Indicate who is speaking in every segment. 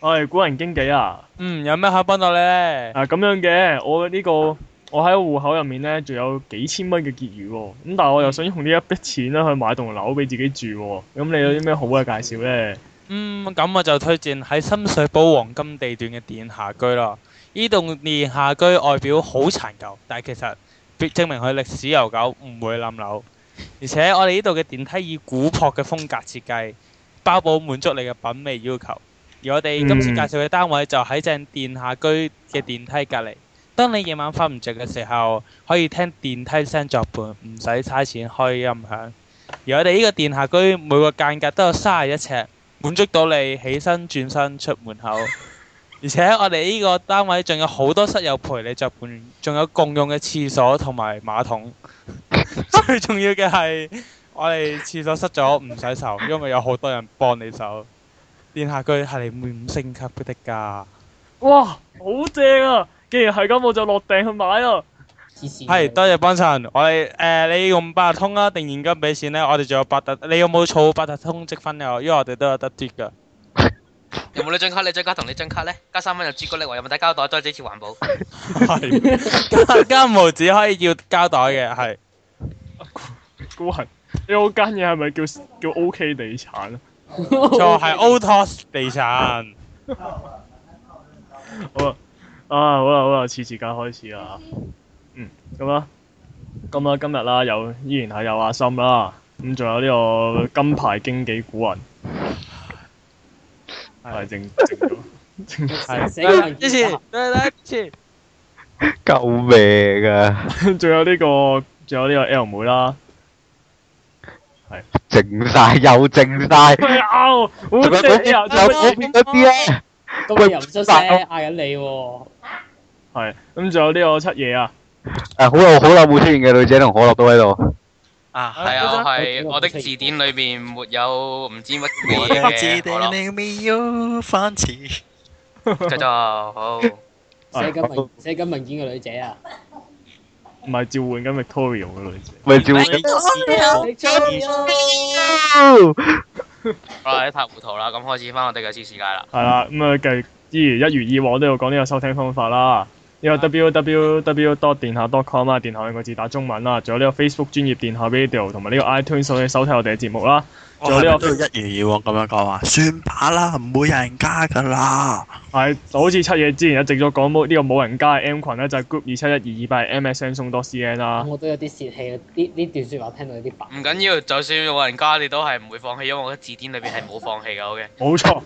Speaker 1: 唉，古人經紀啊！
Speaker 2: 嗯，有咩可以幫到咧？
Speaker 1: 啊咁樣嘅，我呢、個我喺戶口入面咧，仲有幾千蚊嘅結餘喎、咁但係我又想用呢一筆錢咧去買棟樓俾自己住喎、咁你有啲咩好嘅介紹咧？
Speaker 2: 嗯，咁我就推薦喺深水埗黃金地段嘅殿下居啦。呢棟殿下居外表好殘舊，但係其實嗯證明佢歷史悠久，唔會冧樓。而且我哋呢度嘅電梯以古朴嘅風格設計，包保滿足你嘅品味要求。而我哋今次
Speaker 1: 嗯
Speaker 2: 介紹嘅單位就喺正殿下居嘅電梯隔離。當你夜晚瞓唔着嘅時候，可以聽電梯聲作伴，唔使嘥錢開音響。而我哋呢個殿下居每個間隔都有三十一尺，滿足到你起身轉身出門口。而且我哋呢個單位仲有好多室友陪你作伴，仲有共用嘅廁所同埋馬 桶。最重要嘅係，我哋廁所塞咗唔洗手，因為有好多人幫你手。殿下居係你五星級的㗎，
Speaker 1: 哇，好正啊！既然係咁，我就落訂去買啊啦。
Speaker 3: 黐線嘅。
Speaker 2: 係多謝幫襯。我哋誒、你用八達通啊定現金俾錢呢？我哋仲有八達，你有冇儲八達通積分㗎？因為我哋都有得嘟㗎。
Speaker 4: 有冇你張卡？你張卡同你張卡咧，加三蚊就朱古力喎，有冇帶膠袋？多謝支持環保。
Speaker 2: 係， 加毛只可以要膠袋嘅， 係。
Speaker 1: 古人，你嗰間嘢係咪叫叫 OK 地產啊？
Speaker 2: 錯係 Otos 地 產，
Speaker 1: 好啊，啊好啦好啦，次次間開始啦嚇嗯，咁啦，咁啊啦今日啦，有依然係有阿心啦，咁仲有呢個金牌經紀古人，係
Speaker 2: 係
Speaker 1: 正正咗。
Speaker 3: 死啦
Speaker 2: 係。支持，對得支
Speaker 5: 救命啊！
Speaker 1: 仲有呢、個，仲有呢個 L 妹啦，
Speaker 5: 靜晒又靜晒，
Speaker 1: 喂啊，我好
Speaker 5: 仲有嗰
Speaker 1: 正啊，真係
Speaker 5: 邊有嗰邊嗰啲咧，
Speaker 3: 咁你又唔出聲嗌緊你喎，
Speaker 1: 係咁仲有呢個七夜啊，
Speaker 5: 誒好耐好耐冇出現嘅女仔同可樂都喺度，
Speaker 4: 啊，
Speaker 2: 啊
Speaker 4: 係 啊，
Speaker 2: 嗰張
Speaker 4: 我係我的字典裏邊沒有唔知乜乜嘢嘅，好啦，繼續好。
Speaker 3: 寫緊文寫緊文件嘅女仔啊，
Speaker 1: 啊唔係召喚緊 Victoria 嘅女仔，
Speaker 5: 咪
Speaker 3: 你出
Speaker 5: 照
Speaker 3: 嚟啊
Speaker 4: 好啦，一塌糊塗啦，咁開始翻我哋嘅知世界啦。
Speaker 1: 係啦，咁啊繼續依然一如以往都要講呢個收聽方法啦。呢個 www dot 電下 dot com 啊，電下兩個字打中文啦，仲有呢個 Facebook 專業電下 radio 同埋呢個 iTunes 可以收睇我哋嘅節目啦。
Speaker 6: 哦啊
Speaker 1: 係就好似七夜之前一直都講冇呢個冇人加嘅 M 群咧，就係 group 二七一二二八 MSN 松多 CN 啦。
Speaker 3: 我都有啲泄氣啊！呢呢段説話聽到有啲白。
Speaker 4: 唔緊要，就算老人家你都係唔會放棄，因為我嘅字典裏邊係冇放棄嘅。好嘅，
Speaker 1: 冇錯，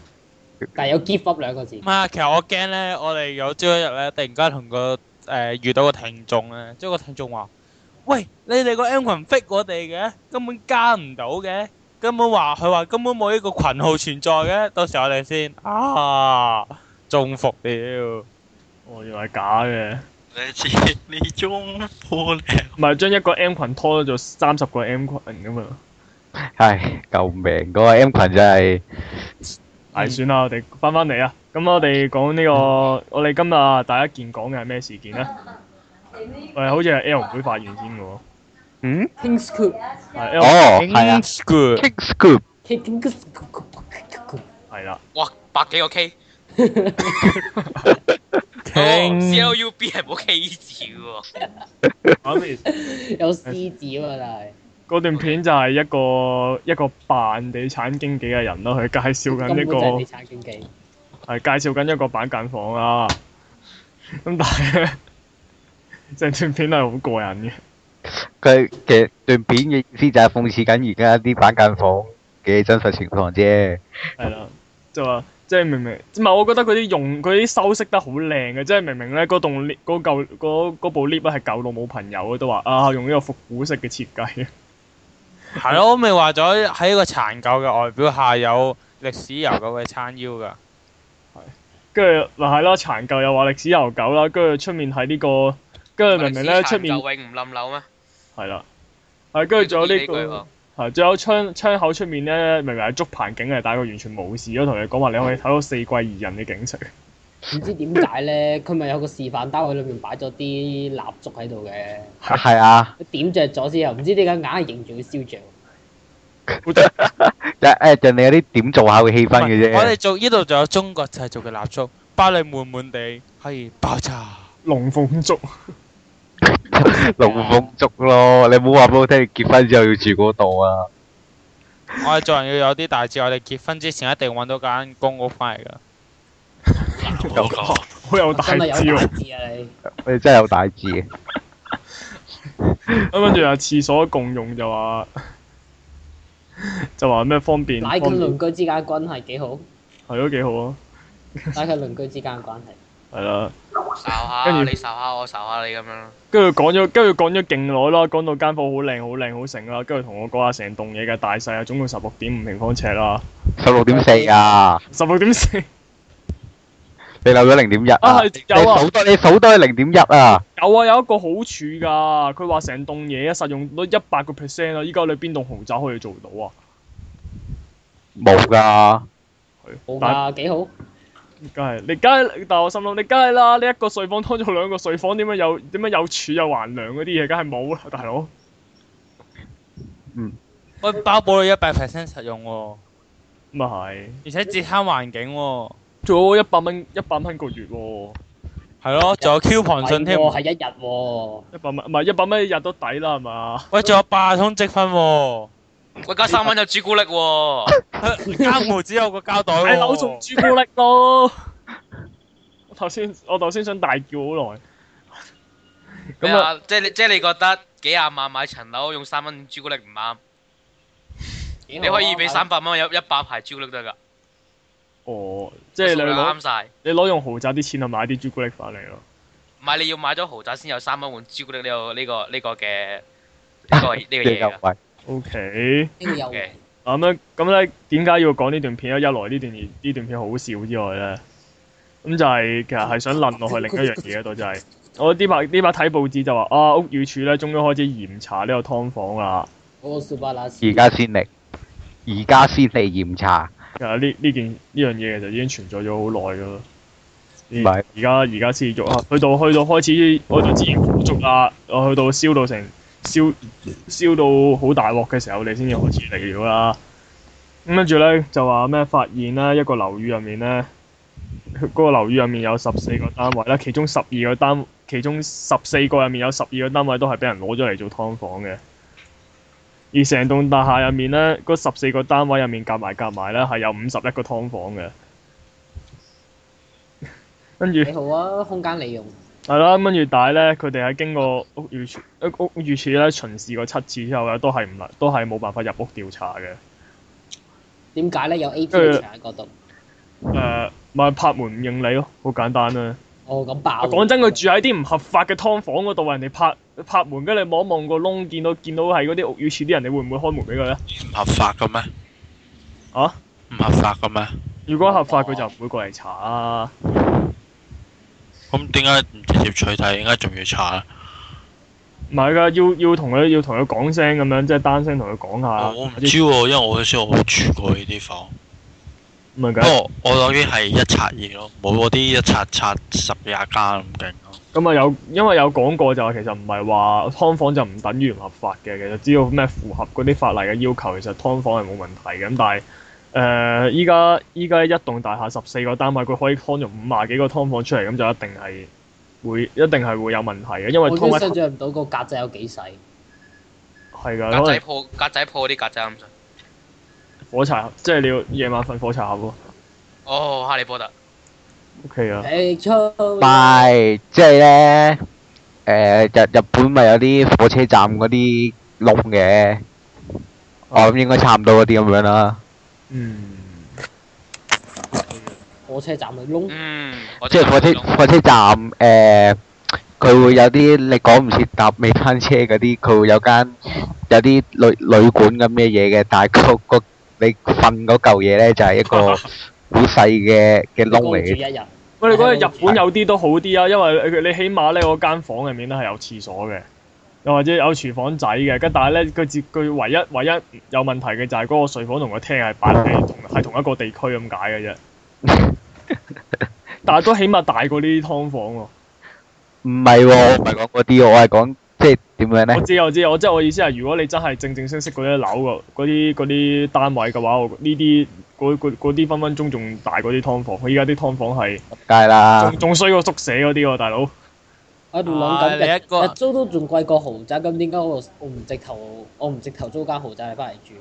Speaker 3: 但係有 give up 兩個字
Speaker 2: 唔。係啊，其實我驚咧，我哋有朝一日咧，突然間同個呃誒遇到個聽眾咧，即係個聽眾話：，喂，你哋個 M 群 fit 我哋嘅，根本加唔到嘅，根本話佢話根本冇呢個群號存在嘅，到時我哋先啊中伏了。
Speaker 1: 我以為哦係假嘅，唔係將一個 M 群拖咗做三十個 M 群咁啊。
Speaker 5: 係救命！嗰個 M 群真係
Speaker 1: 係算啦，我哋翻返嚟啊。咁我哋講呢個， 我哋今日第一件講嘅係咩事件咧？ 誒，好似係 L 妹發現先嘅喎。
Speaker 5: 嗯
Speaker 3: Kings Club
Speaker 1: 係 L
Speaker 5: 哦
Speaker 2: 嗯
Speaker 5: 係啊
Speaker 2: good。
Speaker 5: à. ，Kings Group
Speaker 3: Kings
Speaker 1: 係啦，
Speaker 4: 哇，百幾個 K，C L U B 係冇 K 字嘅喎。
Speaker 1: 咁
Speaker 3: 有獅子啊嘛，但係。
Speaker 1: 嗰段片就係一個一個扮地產經紀嘅人咯，佢介紹緊一
Speaker 3: 根本就係地
Speaker 1: 個
Speaker 3: 產經紀，
Speaker 1: 係介紹緊一個板間房啦。咁但係咧， 成段片係好過癮嘅。
Speaker 5: 佢嘅段片嘅意思就係諷刺緊而家啲板間房嘅真實情況啫。
Speaker 1: 係啦，就話即係明明唔係，我覺得佢啲用佢啲修飾得好靚嘅，即係明明咧嗰棟 lift 嗰嚿嗰嗰部 lift 咧係舊到冇朋友嘅，都話啊用呢個復古式嘅設計，
Speaker 2: 係咯，我咪話咗喺一個殘舊嘅外表下有歷史悠久嘅撐腰㗎。
Speaker 1: 跟住嗱係啦，殘舊又話歷史悠久啦，跟住出面係呢、個，跟住明明咧出面
Speaker 4: 永唔冧樓咩？
Speaker 1: 係啦，係跟住仲有呢、
Speaker 4: 句
Speaker 1: 個
Speaker 4: 喎。
Speaker 1: 係仲有窗窗口出面咧，明明係竹棚景嘅，但係佢完全無視咗，同你講話你可以睇到四季宜人嘅景色。
Speaker 3: 唔知點解咧，佢咪有個示範單位裏面擺咗啲蠟燭喺度嘅，
Speaker 5: 係啊，
Speaker 3: 佢點着咗之後，唔知點解硬係仍住會燒着。
Speaker 1: 好得
Speaker 5: 就誒盡你嗰啲點做下嘅氣氛嘅
Speaker 2: 我哋
Speaker 5: 啫。
Speaker 2: 做呢度仲有中國製造嘅蠟燭，包你滿滿地可以爆炸。
Speaker 1: 龍鳳粥，
Speaker 5: 龍鳳粥咯，你唔好話俾我聽，你結婚之後要住嗰度啊！
Speaker 2: 我哋做人要有啲大志，我哋結婚之前一定揾到間公屋翻嚟噶。
Speaker 4: 好難喎
Speaker 1: 好有大
Speaker 3: 真
Speaker 1: 招
Speaker 3: 係有。大志啊你！
Speaker 5: 你真係有大志嘅。
Speaker 1: 咁跟住又廁所共用就話， 就話咩方便，
Speaker 3: 乃佢
Speaker 1: 方便
Speaker 3: 鄰居之間關係幾好，
Speaker 1: 係都幾好啊，
Speaker 3: 乃佢鄰居之間關係。
Speaker 1: 係啦。
Speaker 4: 睄
Speaker 1: 跟
Speaker 4: 下
Speaker 1: 住
Speaker 4: 你睄下我，睄下你咁樣。
Speaker 1: 跟住講咗，跟住講咗勁耐啦，講到間房好靚、好靚、好成啦，跟住同我講下成棟嘢嘅大細啊，總共十六點五平方尺啦，
Speaker 5: 十六點四啊，
Speaker 1: 十六點四
Speaker 5: 你漏咗零點一
Speaker 1: 啊，
Speaker 5: 啊！
Speaker 1: 係
Speaker 5: 你
Speaker 1: 有啊，
Speaker 5: 數多你數多零點一啊！
Speaker 1: 有啊，有一個好處㗎，佢話成棟嘢啊實用率一百個 percent 啊，依家你邊棟豪宅可以做到啊？
Speaker 5: 冇㗎，
Speaker 1: 但
Speaker 3: 冇
Speaker 5: 啊
Speaker 3: 㗎，幾好。
Speaker 1: 梗係你梗係，但係我心諗你梗係啦，你一個睡房拖咗兩個睡房，點樣有點樣有柱有橫梁嗰啲嘢，梗係冇啦，大佬。
Speaker 2: 喂，包保你一百 percent 實用喎，
Speaker 1: 咁啊係，
Speaker 2: 而且節慳環境喎，
Speaker 1: 仲有一百蚊一百蚊個月喎、
Speaker 2: 係咯，仲有 coupon 信添
Speaker 3: 係。喎係一日喎。
Speaker 1: 一百蚊唔係一百蚊一日都抵啦，係嘛？
Speaker 2: 喂，仲有八通積 分喎，
Speaker 4: 喂，加三蚊有朱古力喎，
Speaker 2: 間屋只有個膠袋
Speaker 1: 大佬仲
Speaker 2: 喎。
Speaker 1: 朱古力咯！ 我頭先我頭先想大叫好耐。
Speaker 4: 咩
Speaker 1: 咁啊，
Speaker 4: 啊？即係你即係你覺得幾廿萬買層樓用三蚊朱古力唔啱？
Speaker 3: 你
Speaker 4: 你可以俾三百蚊有一百排朱古力得㗎，
Speaker 1: 哦，即係你
Speaker 4: 數量
Speaker 1: 攞
Speaker 4: 啱晒。
Speaker 1: 你攞用豪宅啲錢去買啲朱古力翻嚟咯。
Speaker 4: 唔係你要買咗豪宅先有三蚊換朱古力呢個呢個呢個嘅呢個呢個
Speaker 5: 嘅
Speaker 4: 嘢啊
Speaker 5: 又
Speaker 4: 㗎。
Speaker 5: 係
Speaker 1: O K，
Speaker 3: 呢個有
Speaker 4: 嘅
Speaker 1: 咁咧咁咧，點解要講呢段片咧？一來呢段呢段片好笑之外咧，咁就係其實係想論落去另一樣嘢度，就係、我呢排呢排睇報紙就話啊，屋宇署咧終於開始嚴查呢個劏房啦。
Speaker 3: 嗰個 super 拉斯
Speaker 5: 而家先嚟，而家先嚟驗查，
Speaker 1: 其實呢呢件呢樣嘢其實已經存在咗好耐噶啦。
Speaker 5: 唔係
Speaker 1: 而家而家先做啊，去到去到開始去到自然火燭啊，啊去到燒到成燒燒到好大鑊嘅時候，你先至開始嚟料啦。咁跟住咧就話咩發現咧一個樓宇入面咧，嗰、個樓宇入面有十四個單位啦，其中十二個單，其中十四個入面有十二個單位都係俾人攞咗嚟做劏房嘅。而成棟大廈入面咧，嗰十四個單位入面夾埋夾埋咧係有五十一個劏房嘅。跟住
Speaker 3: 幾好啊，空間利用。
Speaker 1: 係啦，跟住但係咧，佢哋喺經過屋宇署、屋屋宇署咧巡視過七次之後咧，都係唔能，都係冇辦法入屋調查嘅。
Speaker 3: 點解咧？有 A T
Speaker 1: 跟住
Speaker 3: 場喺嗰度。
Speaker 1: 誒、咪拍門唔應你咯，好簡單啦。啊
Speaker 3: 哦，咁爆。
Speaker 1: 講真，佢住喺啲唔合法嘅劏房嗰度，人哋拍拍門，跟住你望一望個窿，見到見到係嗰啲屋宇署啲人，你會唔會開門俾佢咧？
Speaker 6: 唔合法嘅咩？
Speaker 1: 啊？
Speaker 6: 唔合法嘅咩？
Speaker 1: 如果合法，佢就唔會過嚟查啊。
Speaker 6: 咁點解唔直接取締？點解仲要查咧？
Speaker 1: 唔係㗎，要要同佢要同佢講聲咁樣，即係單聲同佢講下。
Speaker 6: 哦我唔知喎，因為我嗰時我冇住過呢啲房。
Speaker 1: 唔係
Speaker 6: 不
Speaker 1: 㗎。
Speaker 6: 過我嗰啲係一拆二咯，冇嗰啲一拆拆十廿間咁勁咯。
Speaker 1: 咁啊有，因為有講過就係其實唔係話劏房就唔等於唔合法嘅，其實只要咩符合嗰啲法例嘅要求，其實劏房係冇問題嘅。咁但係誒依家依家一棟大廈十四個單位，佢可以劏咗五廿幾個劏房出嚟，咁就一定係會一定係會有問題嘅，因為
Speaker 3: 我
Speaker 1: 劏
Speaker 3: 都
Speaker 1: 一
Speaker 3: 想象唔到個格仔有幾細。
Speaker 1: 係㗎，
Speaker 4: 格
Speaker 1: 可
Speaker 4: 仔
Speaker 1: 能
Speaker 4: 鋪格仔鋪嗰啲格仔咁上。
Speaker 1: 火柴盒，即係你要夜晚瞓火柴盒咯。
Speaker 4: 哦，哈利波特。
Speaker 1: OK 啊，
Speaker 3: 誒
Speaker 5: 唔
Speaker 3: 出。
Speaker 5: 係即係咧誒日日本咪有啲火車站嗰啲窿嘅，我諗應該差唔多嗰啲咁樣啦，
Speaker 1: 嗯，
Speaker 3: 火車站嘅
Speaker 4: Ừ.
Speaker 3: 窿。
Speaker 4: 嗯，我
Speaker 5: 即係火車火車站誒，佢會有啲你趕唔切搭尾班車嗰啲，佢會有間有啲旅旅館咁嘅嘢嘅，但係個個你瞓嗰嚿嘢咧就係一 個好細嘅嘅窿嚟
Speaker 3: 住
Speaker 5: 嘅
Speaker 3: 一。日。
Speaker 1: 喂，你覺得日本有啲都好啲啊，因為你你起碼咧嗰間房入面都係有廁所嘅，又或者有廚房仔嘅。跟但係咧，佢自佢唯一唯一有問題嘅就係嗰個睡房同個廳係擺喺同係同一個地區咁解嘅啫。 但係都起碼大過呢啲劏房喎。
Speaker 5: 唔係喎，我唔係講嗰啲，我係講即即係點樣
Speaker 1: 我
Speaker 5: 咧？
Speaker 1: 知我知，我即係我意思係，如果你真係正正式式嗰啲樓個嗰啲嗰啲單位嘅話，我呢啲嗰嗰嗰啲分分鐘仲大過啲劏房。佢依家啲劏房係
Speaker 5: 梗係啦
Speaker 1: 仲，仲衰過宿舍嗰啲喎，大佬。
Speaker 3: 我仲諗
Speaker 2: 啊
Speaker 3: 緊
Speaker 2: 你
Speaker 3: 日
Speaker 2: 一個
Speaker 3: 日租都仲貴過豪宅，咁點解我我唔直頭我唔直頭租間豪宅嚟翻嚟住？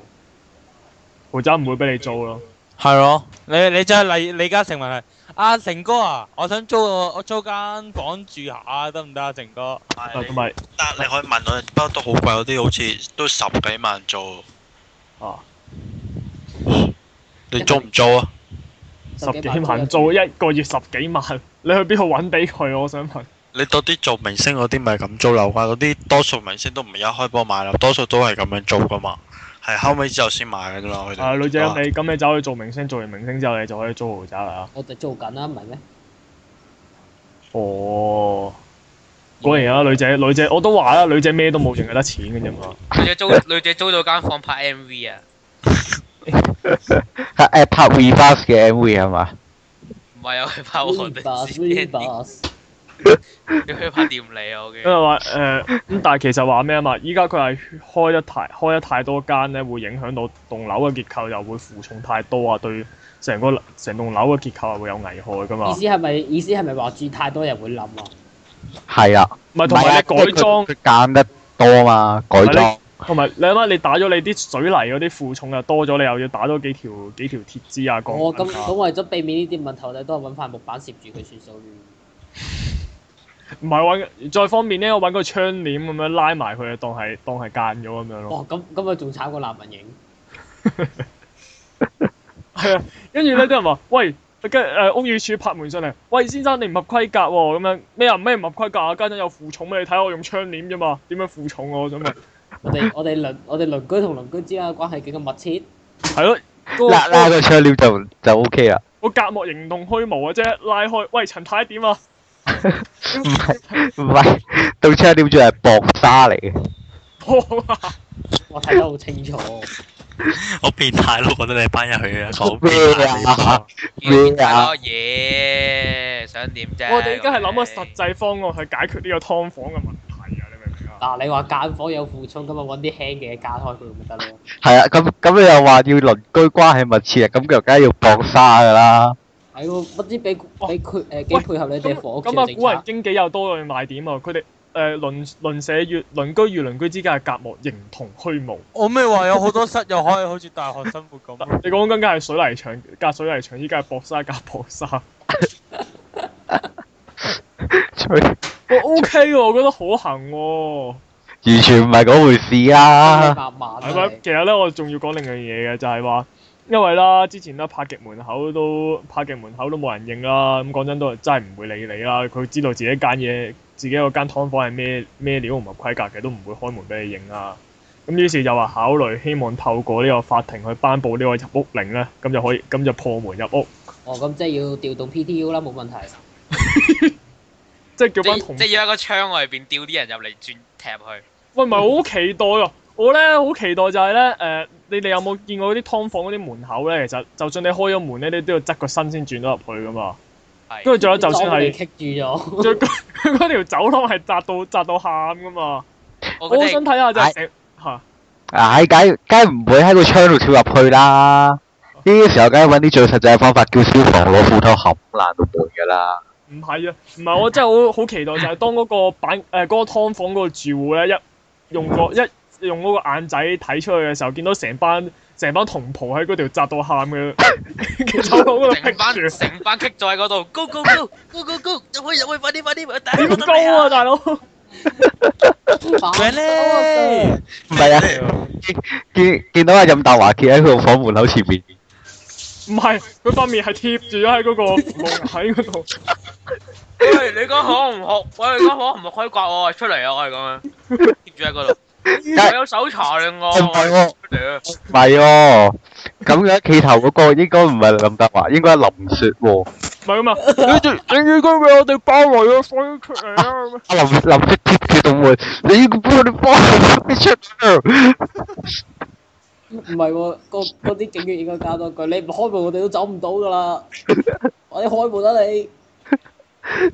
Speaker 1: 豪宅唔會俾你租咯。
Speaker 2: 系咯，你你真係李李嘉誠問係阿成哥啊，我想租個我租間房住下得唔得啊？成哥，
Speaker 1: 啊同埋
Speaker 6: 但你可以問佢，不過都好貴，嗰啲好似都十幾萬做。
Speaker 1: 啊，
Speaker 6: 你租唔租啊？
Speaker 1: 十幾萬租一個月十幾萬， 你去邊度揾俾佢？我想問。
Speaker 6: 你嗰啲做明星嗰啲咪咁租樓啊㗎？嗰啲多數明星都唔係一開波買樓，多數都係咁樣租㗎嘛。係後尾之後先買嘅啫嘛，佢哋。
Speaker 1: 啊，女仔咁你咁你走去做明星，做完明星之後你就可以租豪宅啦。
Speaker 3: 我哋租緊啦，唔係咩？
Speaker 1: 哦，果然啊，女仔女仔我都話啦，女仔咩都冇，淨係得錢嘅啫嘛。
Speaker 4: 女仔租女仔租咗間房拍 M V 啊，
Speaker 5: 啊誒拍 reverse 嘅 MV 係嘛？
Speaker 4: 唔係啊，佢拍我 哋自
Speaker 3: Rebus
Speaker 4: 己
Speaker 3: Rebus，
Speaker 4: 你去拍掂你啊！我
Speaker 1: 因為
Speaker 4: 嘅
Speaker 1: 話誒咁，但係其實話咩啊嘛？依家佢係開得太開得太多間咧，會影響到棟樓嘅結構，又會負重太多啊，對成個成棟樓嘅結構係啊會有危害噶嘛
Speaker 3: 意。思係咪意思係咪話住太多人會冧啊？
Speaker 5: 係啊，
Speaker 1: 唔係同埋
Speaker 5: 啊
Speaker 1: 你改裝
Speaker 5: 即係佢，佢揀得多嘛，改
Speaker 1: 係
Speaker 5: 裝
Speaker 1: 你同埋你諗下，你打咗你啲水泥嗰啲負重又多咗，你又要打多幾條幾條鐵枝啊，鋼
Speaker 3: 哦，咁
Speaker 1: 筋啊
Speaker 3: 咁為咗避免呢啲問題，我哋都係揾塊木板攝住佢算數。
Speaker 1: 唔係揾再方便咧，我揾個窗簾咁樣拉埋佢，當係當係間咗咁樣咯。
Speaker 3: 哦，咁咁啊，仲慘過難民營。
Speaker 1: 係啊，跟住咧啲人 話：喂，跟誒屋宇署拍門上嚟，喂先生你唔合規格喎、咁樣咩啊咩唔合規格啊？家陣有負重咩？你睇我用窗簾啫嘛，點樣負重啊？我想問。
Speaker 3: 我哋我哋鄰我哋鄰居同鄰居之間嘅關係幾咁密切？
Speaker 1: 係咯，嗰
Speaker 5: 拉拉
Speaker 1: 個
Speaker 5: 個窗簾就就 OK 啦。
Speaker 1: 個隔膜形同虛無嘅啫，拉開，喂陳太點啊？
Speaker 5: 唔係唔係，到窗簾仲係薄沙嚟嘅。
Speaker 1: 好啊
Speaker 3: 我睇得好清楚。
Speaker 6: 好變態咯！我覺得你班人 去嘅，好變
Speaker 5: 咩
Speaker 6: 態地方
Speaker 5: 啊？咩啊？
Speaker 4: 多嘢，想點啫？
Speaker 1: 我哋而家係諗個實際方案去解決呢個劏房嘅問題啊！你明唔明啊？
Speaker 3: 嗱，你話間房有負重，咁咪揾啲輕嘅加開佢咪得咯。
Speaker 5: 係啊，咁咁你又話要鄰居關係密切啊，咁就梗係要薄沙噶啦。
Speaker 3: 係喎，不知俾俾佢誒幾
Speaker 1: 喂
Speaker 3: 配合你哋
Speaker 1: 咁
Speaker 3: 房屋
Speaker 1: 咁啊，古人
Speaker 3: 嘅
Speaker 1: 經紀又多樣賣點啊！佢哋誒鄰鄰舍與鄰居與鄰居之間嘅隔膜形同虛無。
Speaker 2: 我咪話有好多室友可以好似大學生活咁。
Speaker 1: 你講緊梗係水泥牆隔水泥牆，依家係薄沙隔薄沙。
Speaker 5: 吹
Speaker 1: 我 OK 喎，我覺得可行喎。
Speaker 5: 完全唔係嗰回事啊！
Speaker 3: 政策，慢
Speaker 1: 係
Speaker 3: 慢
Speaker 1: 咪？其實咧，我仲要講另樣嘢嘅，就係話，因為啦，之前咧拍極門口都拍極門口都冇人應啦。咁講真都真係唔會理你啦。佢知道自己間嘢，自己嗰間劏房係咩咩料唔合規格嘅，都唔會開門俾你應啦。咁於是就話考慮，希望透過呢個法庭去頒布呢個入屋令咧，咁就可以咁就破門入屋，
Speaker 3: 哦，咁即係要調動 PTU 啦，冇問題。
Speaker 1: 即係叫班同
Speaker 4: 即即要一個窗外邊吊啲人入嚟轉踢佢。
Speaker 1: 喂，唔係我好期待啊！我咧好期待就係咧誒，你哋有冇見過嗰啲劏房嗰啲門口咧？其實就算你開咗門咧，你都要側個身先轉到入去噶嘛。
Speaker 4: 係
Speaker 1: 跟住仲有就算係，
Speaker 3: 棘 住咗，
Speaker 1: 仲有嗰嗰條走廊係窄到窄到喊噶嘛。我
Speaker 4: 我
Speaker 1: 好想
Speaker 4: 覺得
Speaker 1: 睇下就係成嚇，
Speaker 5: 唉，梗梗係唔會喺個窗度跳入去啦。呢啲時候梗係揾啲最實際嘅方法，叫消防攞斧頭冚爛到門噶啦。
Speaker 1: 唔係啊，唔係我真係好好期待就係當嗰個板誒嗰、個劏房嗰個住戶咧一用個
Speaker 4: 嗯
Speaker 1: 一用嗰個眼仔睇出去嘅時候，見到成班成班同袍喺嗰條窄到喊 嘅嘅走廊嗰度
Speaker 4: 成
Speaker 1: 逼
Speaker 4: 班
Speaker 1: 住。
Speaker 4: 成班棘咗喺嗰度，go go go go go go，入去入去，快啲快啲，大家
Speaker 1: 點
Speaker 4: 覺得未
Speaker 1: 高啊，大佬！
Speaker 2: 喂咧，
Speaker 5: 唔係啊，見見到阿任達華企喺佢個房門口前面，
Speaker 1: 唔係，佢塊面係貼住咗喺嗰個木喺嗰度。
Speaker 4: 喂，你間房唔學，喂，你間房唔學規格喎，出嚟啊！我係咁樣貼住喺嗰度，我有搜查令我，
Speaker 5: 唔係喎
Speaker 4: 出嚟啊！
Speaker 5: 唔係喎。咁樣企頭嗰個應該唔係林達華，應該係林雪喎。
Speaker 1: 唔係咁 啊！你哋你應該俾我哋包圍啊，放出嚟啊！咁樣
Speaker 5: 阿林林雪貼住道門，你要幫我哋幫我哋出嚟。
Speaker 3: 唔係喎，嗰嗰啲警員應該加多句，你唔開門我哋都走唔到 㗎啦，我哋開門啦你。
Speaker 5: 完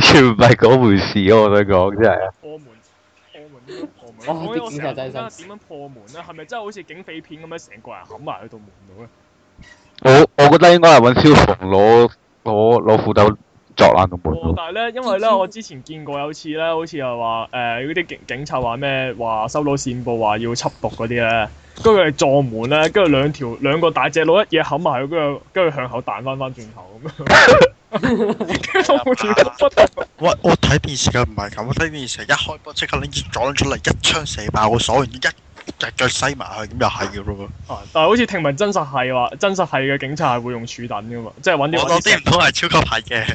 Speaker 5: 全唔係嗰回事咯，我想講真係。
Speaker 1: 破門，破門點樣破門？
Speaker 3: 哦
Speaker 1: 我
Speaker 3: 啲警
Speaker 1: 成日覺
Speaker 3: 察真係
Speaker 1: 得
Speaker 3: 心
Speaker 1: 點樣破門咧？係咪真係好似警匪片咁樣成個人冚埋去到門度 咧？
Speaker 5: 我我覺得應該係揾消防攞攞攞斧頭作爛個門
Speaker 1: 哦，
Speaker 5: 咯。
Speaker 1: 但係咧，因為咧，我之前見過有次咧，好似係話誒嗰啲警警察話咩話收到線報話要緝毒嗰啲咧，跟住佢哋撞門咧，跟住兩條兩個大隻佬一嘢冚埋去，跟住跟住向後彈翻翻轉頭咁樣，跟住我好似不得
Speaker 6: 喂，我睇電視嘅唔係咁，我睇電視一開波即刻拎支左輪出嚟，一槍射爆個鎖，然之後一隻腳西埋去，咁又係嘅咯喎。
Speaker 1: 啊！但係好似聽聞真實係話真實係嘅警察係會用柱等噶嘛，即係揾
Speaker 3: 哦
Speaker 6: 我嗰啲
Speaker 1: 啲
Speaker 6: 唔 通係超級係嘅，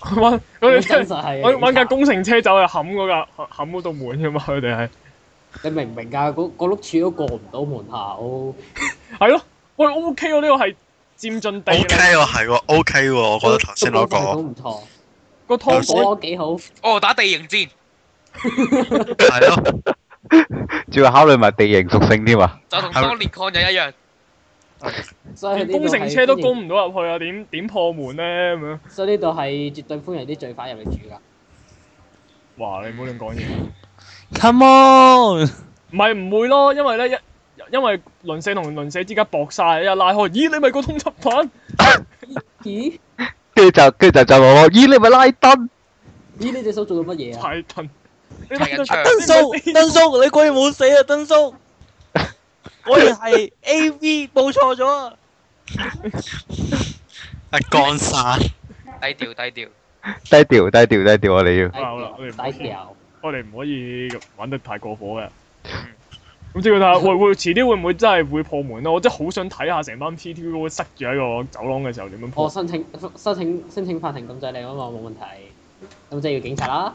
Speaker 1: 揾
Speaker 3: 好
Speaker 1: 佢
Speaker 3: 真實
Speaker 1: 哋
Speaker 3: 係
Speaker 1: 揾揾架
Speaker 3: 警察
Speaker 1: 工程車走去冚嗰架冚嗰道門噶嘛，佢哋係。
Speaker 3: 你明唔明㗎？嗰嗰碌柱都過唔到門口，
Speaker 1: 係咯，喂 O K 喎，呢個係佔盡地啊
Speaker 6: O
Speaker 1: 啦。
Speaker 6: K 喎，係喎，O K 喎，我覺得頭先嗰
Speaker 3: 都都
Speaker 6: 個
Speaker 3: 唔錯，
Speaker 1: 個
Speaker 6: 頭
Speaker 1: 湯
Speaker 6: 先
Speaker 1: 房
Speaker 3: 火幾好，
Speaker 4: 哦，打地形戰，
Speaker 6: 係咯，
Speaker 5: 仲要考慮埋地形屬性添啊！
Speaker 4: 就同當年抗日一樣。
Speaker 3: 所啊以呢度
Speaker 1: 工程
Speaker 3: 係
Speaker 1: 車都
Speaker 3: 歡迎
Speaker 1: 攻唔到入去啊，點點破門咧咁樣？啊
Speaker 3: 所以呢度係絕對歡迎啲罪犯入嚟住㗎。
Speaker 1: 哇！你唔好亂講嘢。
Speaker 2: Come on！
Speaker 1: 唔係唔會咯，因為咧一因為鄰舍同鄰舍之間搏晒，一拉開，咦你咪個通緝犯？
Speaker 3: 咦？
Speaker 5: 跟住就跟住就就我話：咦，你咪拉登？
Speaker 3: 咦？呢隻手做到乜嘢啊？
Speaker 1: 柴頓，你咪
Speaker 4: 係緊張
Speaker 2: 登叔，登叔，你果然冇死啊，登叔！果然係 A V 報錯咗啊！
Speaker 6: 阿江山。
Speaker 4: 低調低調。
Speaker 5: 低調低調低調，我哋要。
Speaker 3: 低
Speaker 1: 好啦我哋唔
Speaker 3: 調，低調。
Speaker 1: 我哋唔可以玩得太過火嘅。咁即係睇下會會遲啲會唔會真係會破門啊咯？我真係好想睇下成班 PTU 塞住喺個走廊嘅時候點樣
Speaker 3: 我
Speaker 1: 破。
Speaker 3: 哦申請申請申請法庭禁制令啊嘛，冇問題。咁即係要警察 啦。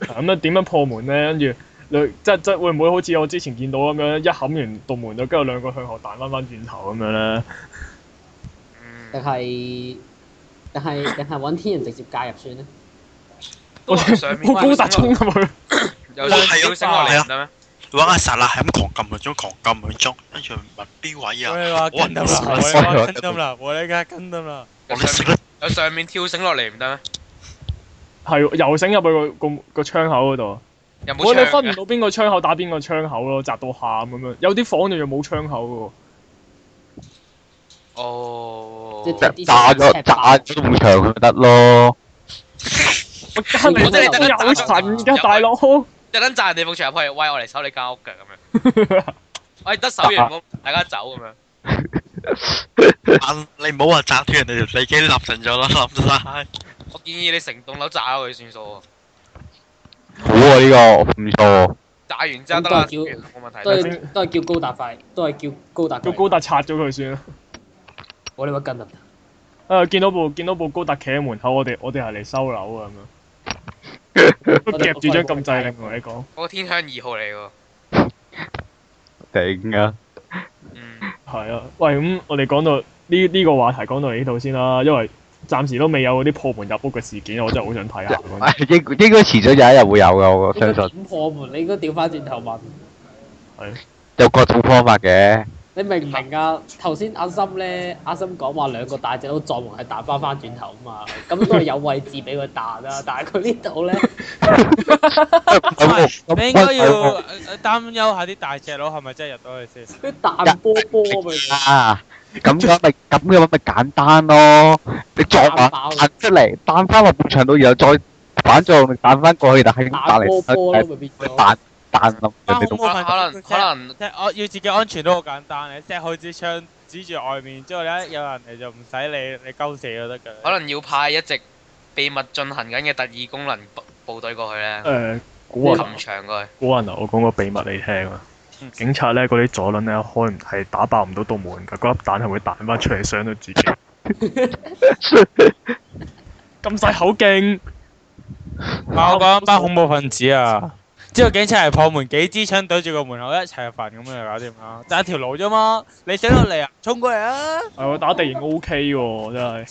Speaker 1: 咁樣點樣破門咧？跟住兩即即會唔會好似我之前見到咁樣一冚完道門就跟住兩個向後彈翻翻轉頭咁樣咧？
Speaker 4: 嗯
Speaker 3: 定係定係定係揾天人直接介入算咧？
Speaker 4: 都話上面
Speaker 1: 好高達衝入去，
Speaker 4: 有上面邀請我嚟唔得咩？
Speaker 6: 玩阿薩拉係咁狂撳兩張，狂撳兩張，跟住問邊位啊？
Speaker 2: 我哋話跟得啦，我哋話跟得啦，我哋而家跟得啦。
Speaker 6: 我
Speaker 4: 有
Speaker 6: 啊哋食
Speaker 4: 上
Speaker 6: 得
Speaker 4: 面有上面跳繩落嚟唔得咩？
Speaker 1: 係又醒入去個個個窗口嗰度。
Speaker 4: 有冇
Speaker 1: 我哋
Speaker 4: 唱
Speaker 1: 分唔
Speaker 4: 嘅？
Speaker 1: 到邊個窗口打邊個窗口咯，砸到喊咁樣。有啲房仲要冇窗口
Speaker 4: 哦，
Speaker 3: 即係
Speaker 5: 就炸咗炸咗埲牆咪得咯。
Speaker 1: 嘅喎，我隔離
Speaker 3: 我真係
Speaker 1: 都
Speaker 3: 得
Speaker 1: 有神㗎大佬。
Speaker 4: 一陣炸人哋幅牆入去，喂，我嚟收你間屋㗎咁樣。喂，得手完冇，大家走咁樣。
Speaker 6: 但你唔好話砸斷人哋條地基立成咗啦， 冧晒。
Speaker 4: 我建議你成棟樓炸咗佢算數喎。
Speaker 5: 好啊，呢個唔錯。
Speaker 4: 炸完之後得啦，
Speaker 3: 咁都係
Speaker 4: 冇問題
Speaker 3: 都
Speaker 4: 啦。
Speaker 3: 係都係叫高達快，都係叫高達
Speaker 1: 個
Speaker 3: 貴。
Speaker 1: 高達拆咗佢算啦。
Speaker 3: 我哋揾跟得唔得？
Speaker 1: 啊！見到部見到部高達企喺門口，我哋我哋係嚟收樓啊咁樣。都夾住張禁制令同你講，
Speaker 4: 嗰個天香二號嚟喎。
Speaker 5: 頂啊！
Speaker 4: 嗯，
Speaker 1: 係啊。喂，咁我哋講到呢呢個話題講到嚟呢度先啦，因為暫時都未有嗰啲破門入屋嘅事件，我真係好想睇下。講真
Speaker 5: 應應該遲早有一日會有嘅，我
Speaker 3: 應
Speaker 5: 相
Speaker 3: 該
Speaker 5: 信
Speaker 3: 點破門？你應該調翻轉頭問。
Speaker 5: 有各種方法嘅。
Speaker 3: 你明唔明啊？頭先阿森咧，阿森講話兩個大隻佬撞門係彈翻翻轉頭啊嘛，咁都係有位置俾佢彈啦。但係佢呢度咧，
Speaker 2: 你應該要呃呃擔憂下啲大隻佬係咪真係入到去先？
Speaker 3: 佢彈波波俾佢，
Speaker 5: 啊，咁樣咪咁樣咪簡單咯。你撞 埋彈出嚟，彈翻落半場度，然後再反撞彈翻過去，但係咁彈
Speaker 3: 彈波波咯，
Speaker 5: 嚟
Speaker 3: 咪變
Speaker 5: 彈
Speaker 3: 咗。
Speaker 5: 彈落人
Speaker 2: 翻
Speaker 5: 哋
Speaker 2: 恐怖
Speaker 5: 度。
Speaker 4: 可能
Speaker 2: 分
Speaker 4: 可能可能
Speaker 2: 即係我要自己安全都好簡單，你 set 好支槍指住外面之後咧，有人嚟就唔使你你鳩射就得㗎。
Speaker 4: 可能要派一直秘密進行緊嘅特異功能部部隊過去咧，
Speaker 1: 誒，古人
Speaker 4: 擒牆過去。
Speaker 1: 古人啊，我講個秘密你聽啊。警察咧，嗰啲左輪咧開唔係打爆唔到道門㗎，嗰粒蛋係會彈翻出嚟傷到自己。咁細口徑，
Speaker 2: 唔係我講一班恐怖分子啊！之後警察嚟破門，幾支槍對住個門口一齊焚咁樣就搞掂啦，就一條路啫嘛！你想落嚟啊，衝過嚟啊！
Speaker 1: 係我打地形 O K 喎，真係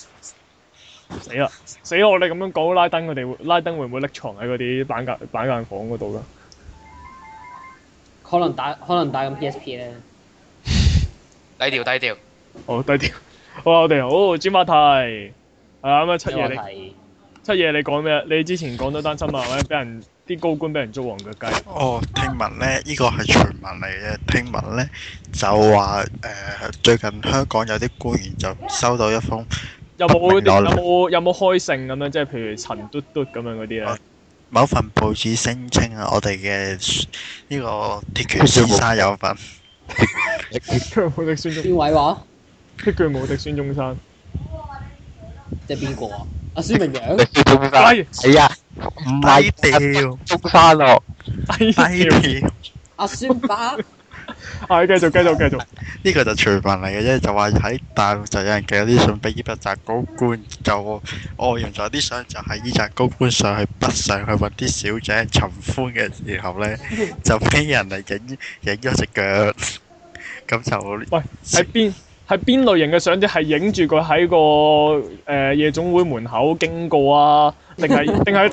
Speaker 1: 死啦死啦！我哋咁樣講拉登，佢哋會拉登會唔會匿藏喺嗰啲板間板間房嗰度㗎？
Speaker 3: 可能打可能打緊 PSP 咧，
Speaker 4: 低調低調。
Speaker 1: 哦 好低調。好啦，我哋好轉話題。係啊，咁啊七
Speaker 3: 有
Speaker 1: 爺
Speaker 3: 問
Speaker 1: 你
Speaker 3: 題。
Speaker 1: 七夜你講咩？你之前講咗單新聞係咪？俾人啲高官俾人捉黃腳雞，
Speaker 6: 哦，聽聞咧，呢個係傳聞嚟嘅。聽聞咧就話誒、最近香港有啲官員就收到一封，
Speaker 1: 有冇啲
Speaker 6: 明白啦
Speaker 1: 有冇有冇開姓咁樣？即係譬如陳嘟嘟咁樣嗰啲啊咧
Speaker 6: 哦？某份報紙聲稱啊，我哋嘅呢個鐵拳先生有份。
Speaker 1: 跟 住無敵孫中，
Speaker 3: 邊位話？
Speaker 1: 跟住無敵孫中山。
Speaker 3: 即係邊個啊？阿孫明陽
Speaker 5: 你 知中山
Speaker 1: 哎
Speaker 5: 係啊，唔係
Speaker 6: 低調，
Speaker 5: 中山 咯，
Speaker 1: 低
Speaker 6: 低
Speaker 1: 調。
Speaker 6: 調，
Speaker 3: 阿孫伯，
Speaker 1: 係繼續繼續繼續。
Speaker 6: 呢個就傳聞嚟嘅啫，就話喺大陸就有人寄咗啲信俾伊不澤高官，就外形就有啲相就係伊澤高官上去北上去揾啲小姐尋歡嘅時候 咧，就俾人嚟影影咗只腳，咁就
Speaker 1: 喂喺邊喺邊類型嘅相啫？係影住佢喺個誒、呃夜總會門口經過啊，定 係定係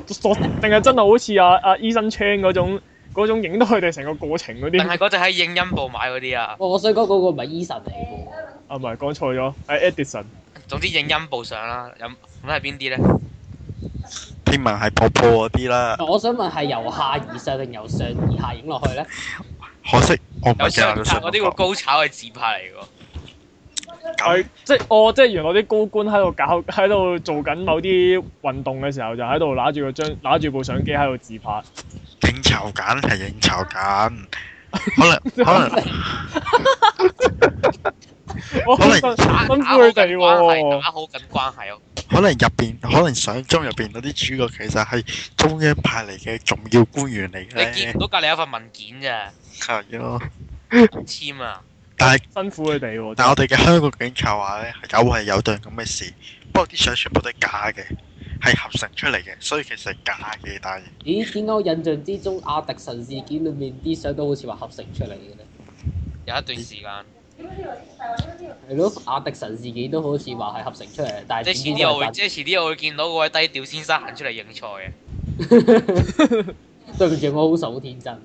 Speaker 1: 定係真係好似阿阿醫生 Chan 嗰種嗰種影到佢哋成個過程嗰
Speaker 4: 定
Speaker 1: 啲
Speaker 4: 係嗰隻喺影音部買嗰啲啊？
Speaker 3: 我我想講嗰個唔係 Eason 嚟嘅喎，
Speaker 1: 啊，唔係講錯咗，係 Edison
Speaker 4: 總之影音部上啦，有咁係邊啲咧？
Speaker 6: 聽聞係婆婆嗰啲
Speaker 4: 哦
Speaker 6: 啦。
Speaker 3: 我想問係由下而上定由上而下影落去咧？
Speaker 6: 可惜我唔
Speaker 4: 有
Speaker 6: 係
Speaker 4: 上
Speaker 6: 鏡
Speaker 4: 拍
Speaker 6: 頭
Speaker 4: 嗰啲個高炒係自拍嚟㗎，
Speaker 1: 係
Speaker 6: 咁
Speaker 1: 即係哦，即係原來啲高官喺度搞喺度做緊某啲運動嘅時候，就喺度揦住個張揦住部相機喺度自拍。
Speaker 6: 應酬緊係應酬 緊，可能可能
Speaker 1: 我好
Speaker 6: 可能
Speaker 1: 哦辛辛苦
Speaker 4: 好
Speaker 1: 佢
Speaker 4: 緊
Speaker 1: 哋
Speaker 4: 關係，
Speaker 1: 喎
Speaker 4: 打。好緊關係哦。
Speaker 6: 可能入邊可能相中入邊嗰啲主角其實係中央派嚟嘅重要官員嚟嘅
Speaker 4: 你見
Speaker 6: 咧
Speaker 4: 唔，到隔離有份文件咋？
Speaker 6: 係啊咯。
Speaker 4: 簽啊！
Speaker 6: 但係
Speaker 1: 辛苦佢哋喎，
Speaker 6: 但係我哋嘅香港警察話咧，有係有對咁嘅事，不過啲相全部都係假嘅，係合成出嚟嘅，所以其實係假嘅。但係
Speaker 3: 咦？點解我印象之中阿迪神事件裏面啲相都好似話合成出嚟嘅咧？
Speaker 4: 有一段時間，
Speaker 3: 係咯，阿迪神事件都好似話係合成出嚟，但
Speaker 4: 即
Speaker 3: 係
Speaker 4: 係遲啲我會，即係遲啲我會見到嗰位低調先生行出嚟認錯嘅。
Speaker 3: 對唔住，我好傻好天真。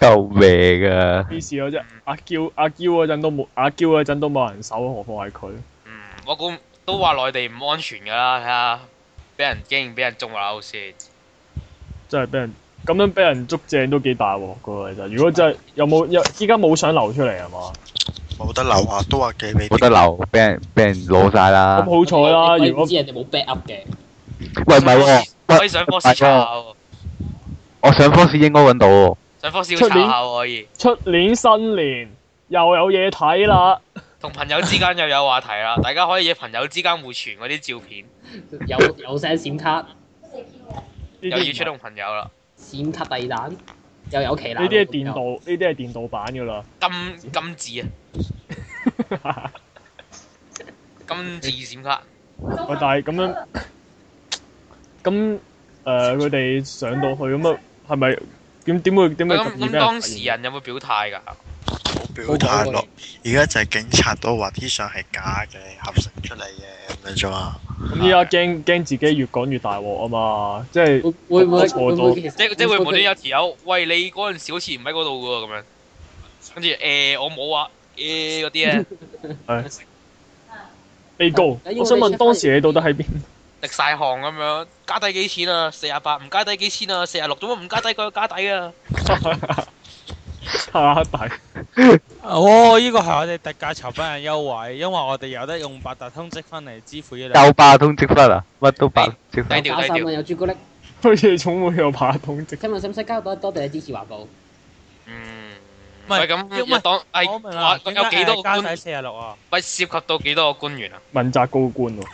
Speaker 5: 救命啊！
Speaker 1: 咩事嗰啫？阿嬌阿嬌嗰陣都冇，阿嬌嗰陣都冇人守，何況係佢？
Speaker 4: 嗯，我估都話內地唔安全㗎啦，睇下俾人竟然俾人，oh 中樓先。
Speaker 1: 真係俾人咁樣俾人捉正都幾大鑊噶其實。如果真係有冇有依家冇相流出嚟係嘛？
Speaker 6: 冇得留啊，都話寄俾
Speaker 5: 冇得留，俾人俾人攞
Speaker 1: 咁
Speaker 5: 晒
Speaker 4: 啊
Speaker 5: 啦。
Speaker 1: 好彩啦！
Speaker 3: 我
Speaker 1: 如果
Speaker 3: 知人哋冇 back up 嘅，
Speaker 5: 喂，唔係喎，
Speaker 4: 可
Speaker 5: 喂
Speaker 4: 以，上科士查下喎，
Speaker 5: 我上科士應該揾到喎。
Speaker 4: 上科士要查下喎可以，
Speaker 1: 出年新年又有嘢睇啦，
Speaker 4: 同朋友之間又有話題啦，大家可以喺朋友之間互傳嗰啲照片，
Speaker 3: 有有聲閃卡，
Speaker 1: 呢
Speaker 4: 又
Speaker 1: 啲
Speaker 4: 要
Speaker 1: 唔
Speaker 4: 出
Speaker 1: 係
Speaker 4: 動朋友啦。
Speaker 3: 閃卡地彈，又有旗艦。
Speaker 1: 呢啲係電腦，呢啲係電腦版噶啦。
Speaker 4: 金金字啊，金字閃卡，
Speaker 1: 喂，但係咁樣咁誒，佢哋上到去咁啊，係咪點點會點會
Speaker 4: 咁
Speaker 1: 易俾人
Speaker 4: 咁當
Speaker 1: 發現
Speaker 4: 事人有冇表態㗎？
Speaker 6: 冇表態咯。而家就係警察都話啲相係假嘅，合成出嚟嘅咁樣啫嘛。
Speaker 1: 咁依
Speaker 4: 啊
Speaker 1: 家驚驚自己越講越大鑊啊嘛！即係
Speaker 3: 會會唔會會唔會其實
Speaker 4: 即即會無端端有條友，喂你嗰陣時好似唔喺嗰度㗎喎咁樣，跟住誒我冇啊，誒嗰 啲咧
Speaker 1: 被告，
Speaker 3: 哎
Speaker 1: 我想問當時你到底喺邊？
Speaker 4: 滴晒汗咁樣，加低幾錢啊？四廿八唔加低幾錢啊？四廿六做乜唔加低個加底啊？
Speaker 1: 差大
Speaker 2: 哦，呢個係我哋特價酬賓嘅優惠，因為我哋有得用八達通積分嚟支付呢兩。
Speaker 5: 夠八通積分啊，乜都八積分。
Speaker 4: 低調
Speaker 3: 搞
Speaker 4: 低
Speaker 3: 三
Speaker 4: 調
Speaker 3: 啊，有朱古力。
Speaker 1: 好似寵物有爬通直。
Speaker 3: 請問使唔使交多多地支持環保？
Speaker 4: 嗯，
Speaker 2: 唔係
Speaker 4: 喂咁
Speaker 2: 因
Speaker 4: 一
Speaker 2: 為
Speaker 4: 當係
Speaker 2: 我明啦，
Speaker 4: 話有幾多個
Speaker 2: 加使
Speaker 4: 官？
Speaker 2: 四廿六啊？
Speaker 4: 喂涉及到幾多個官員啊？
Speaker 1: 問責高官喎，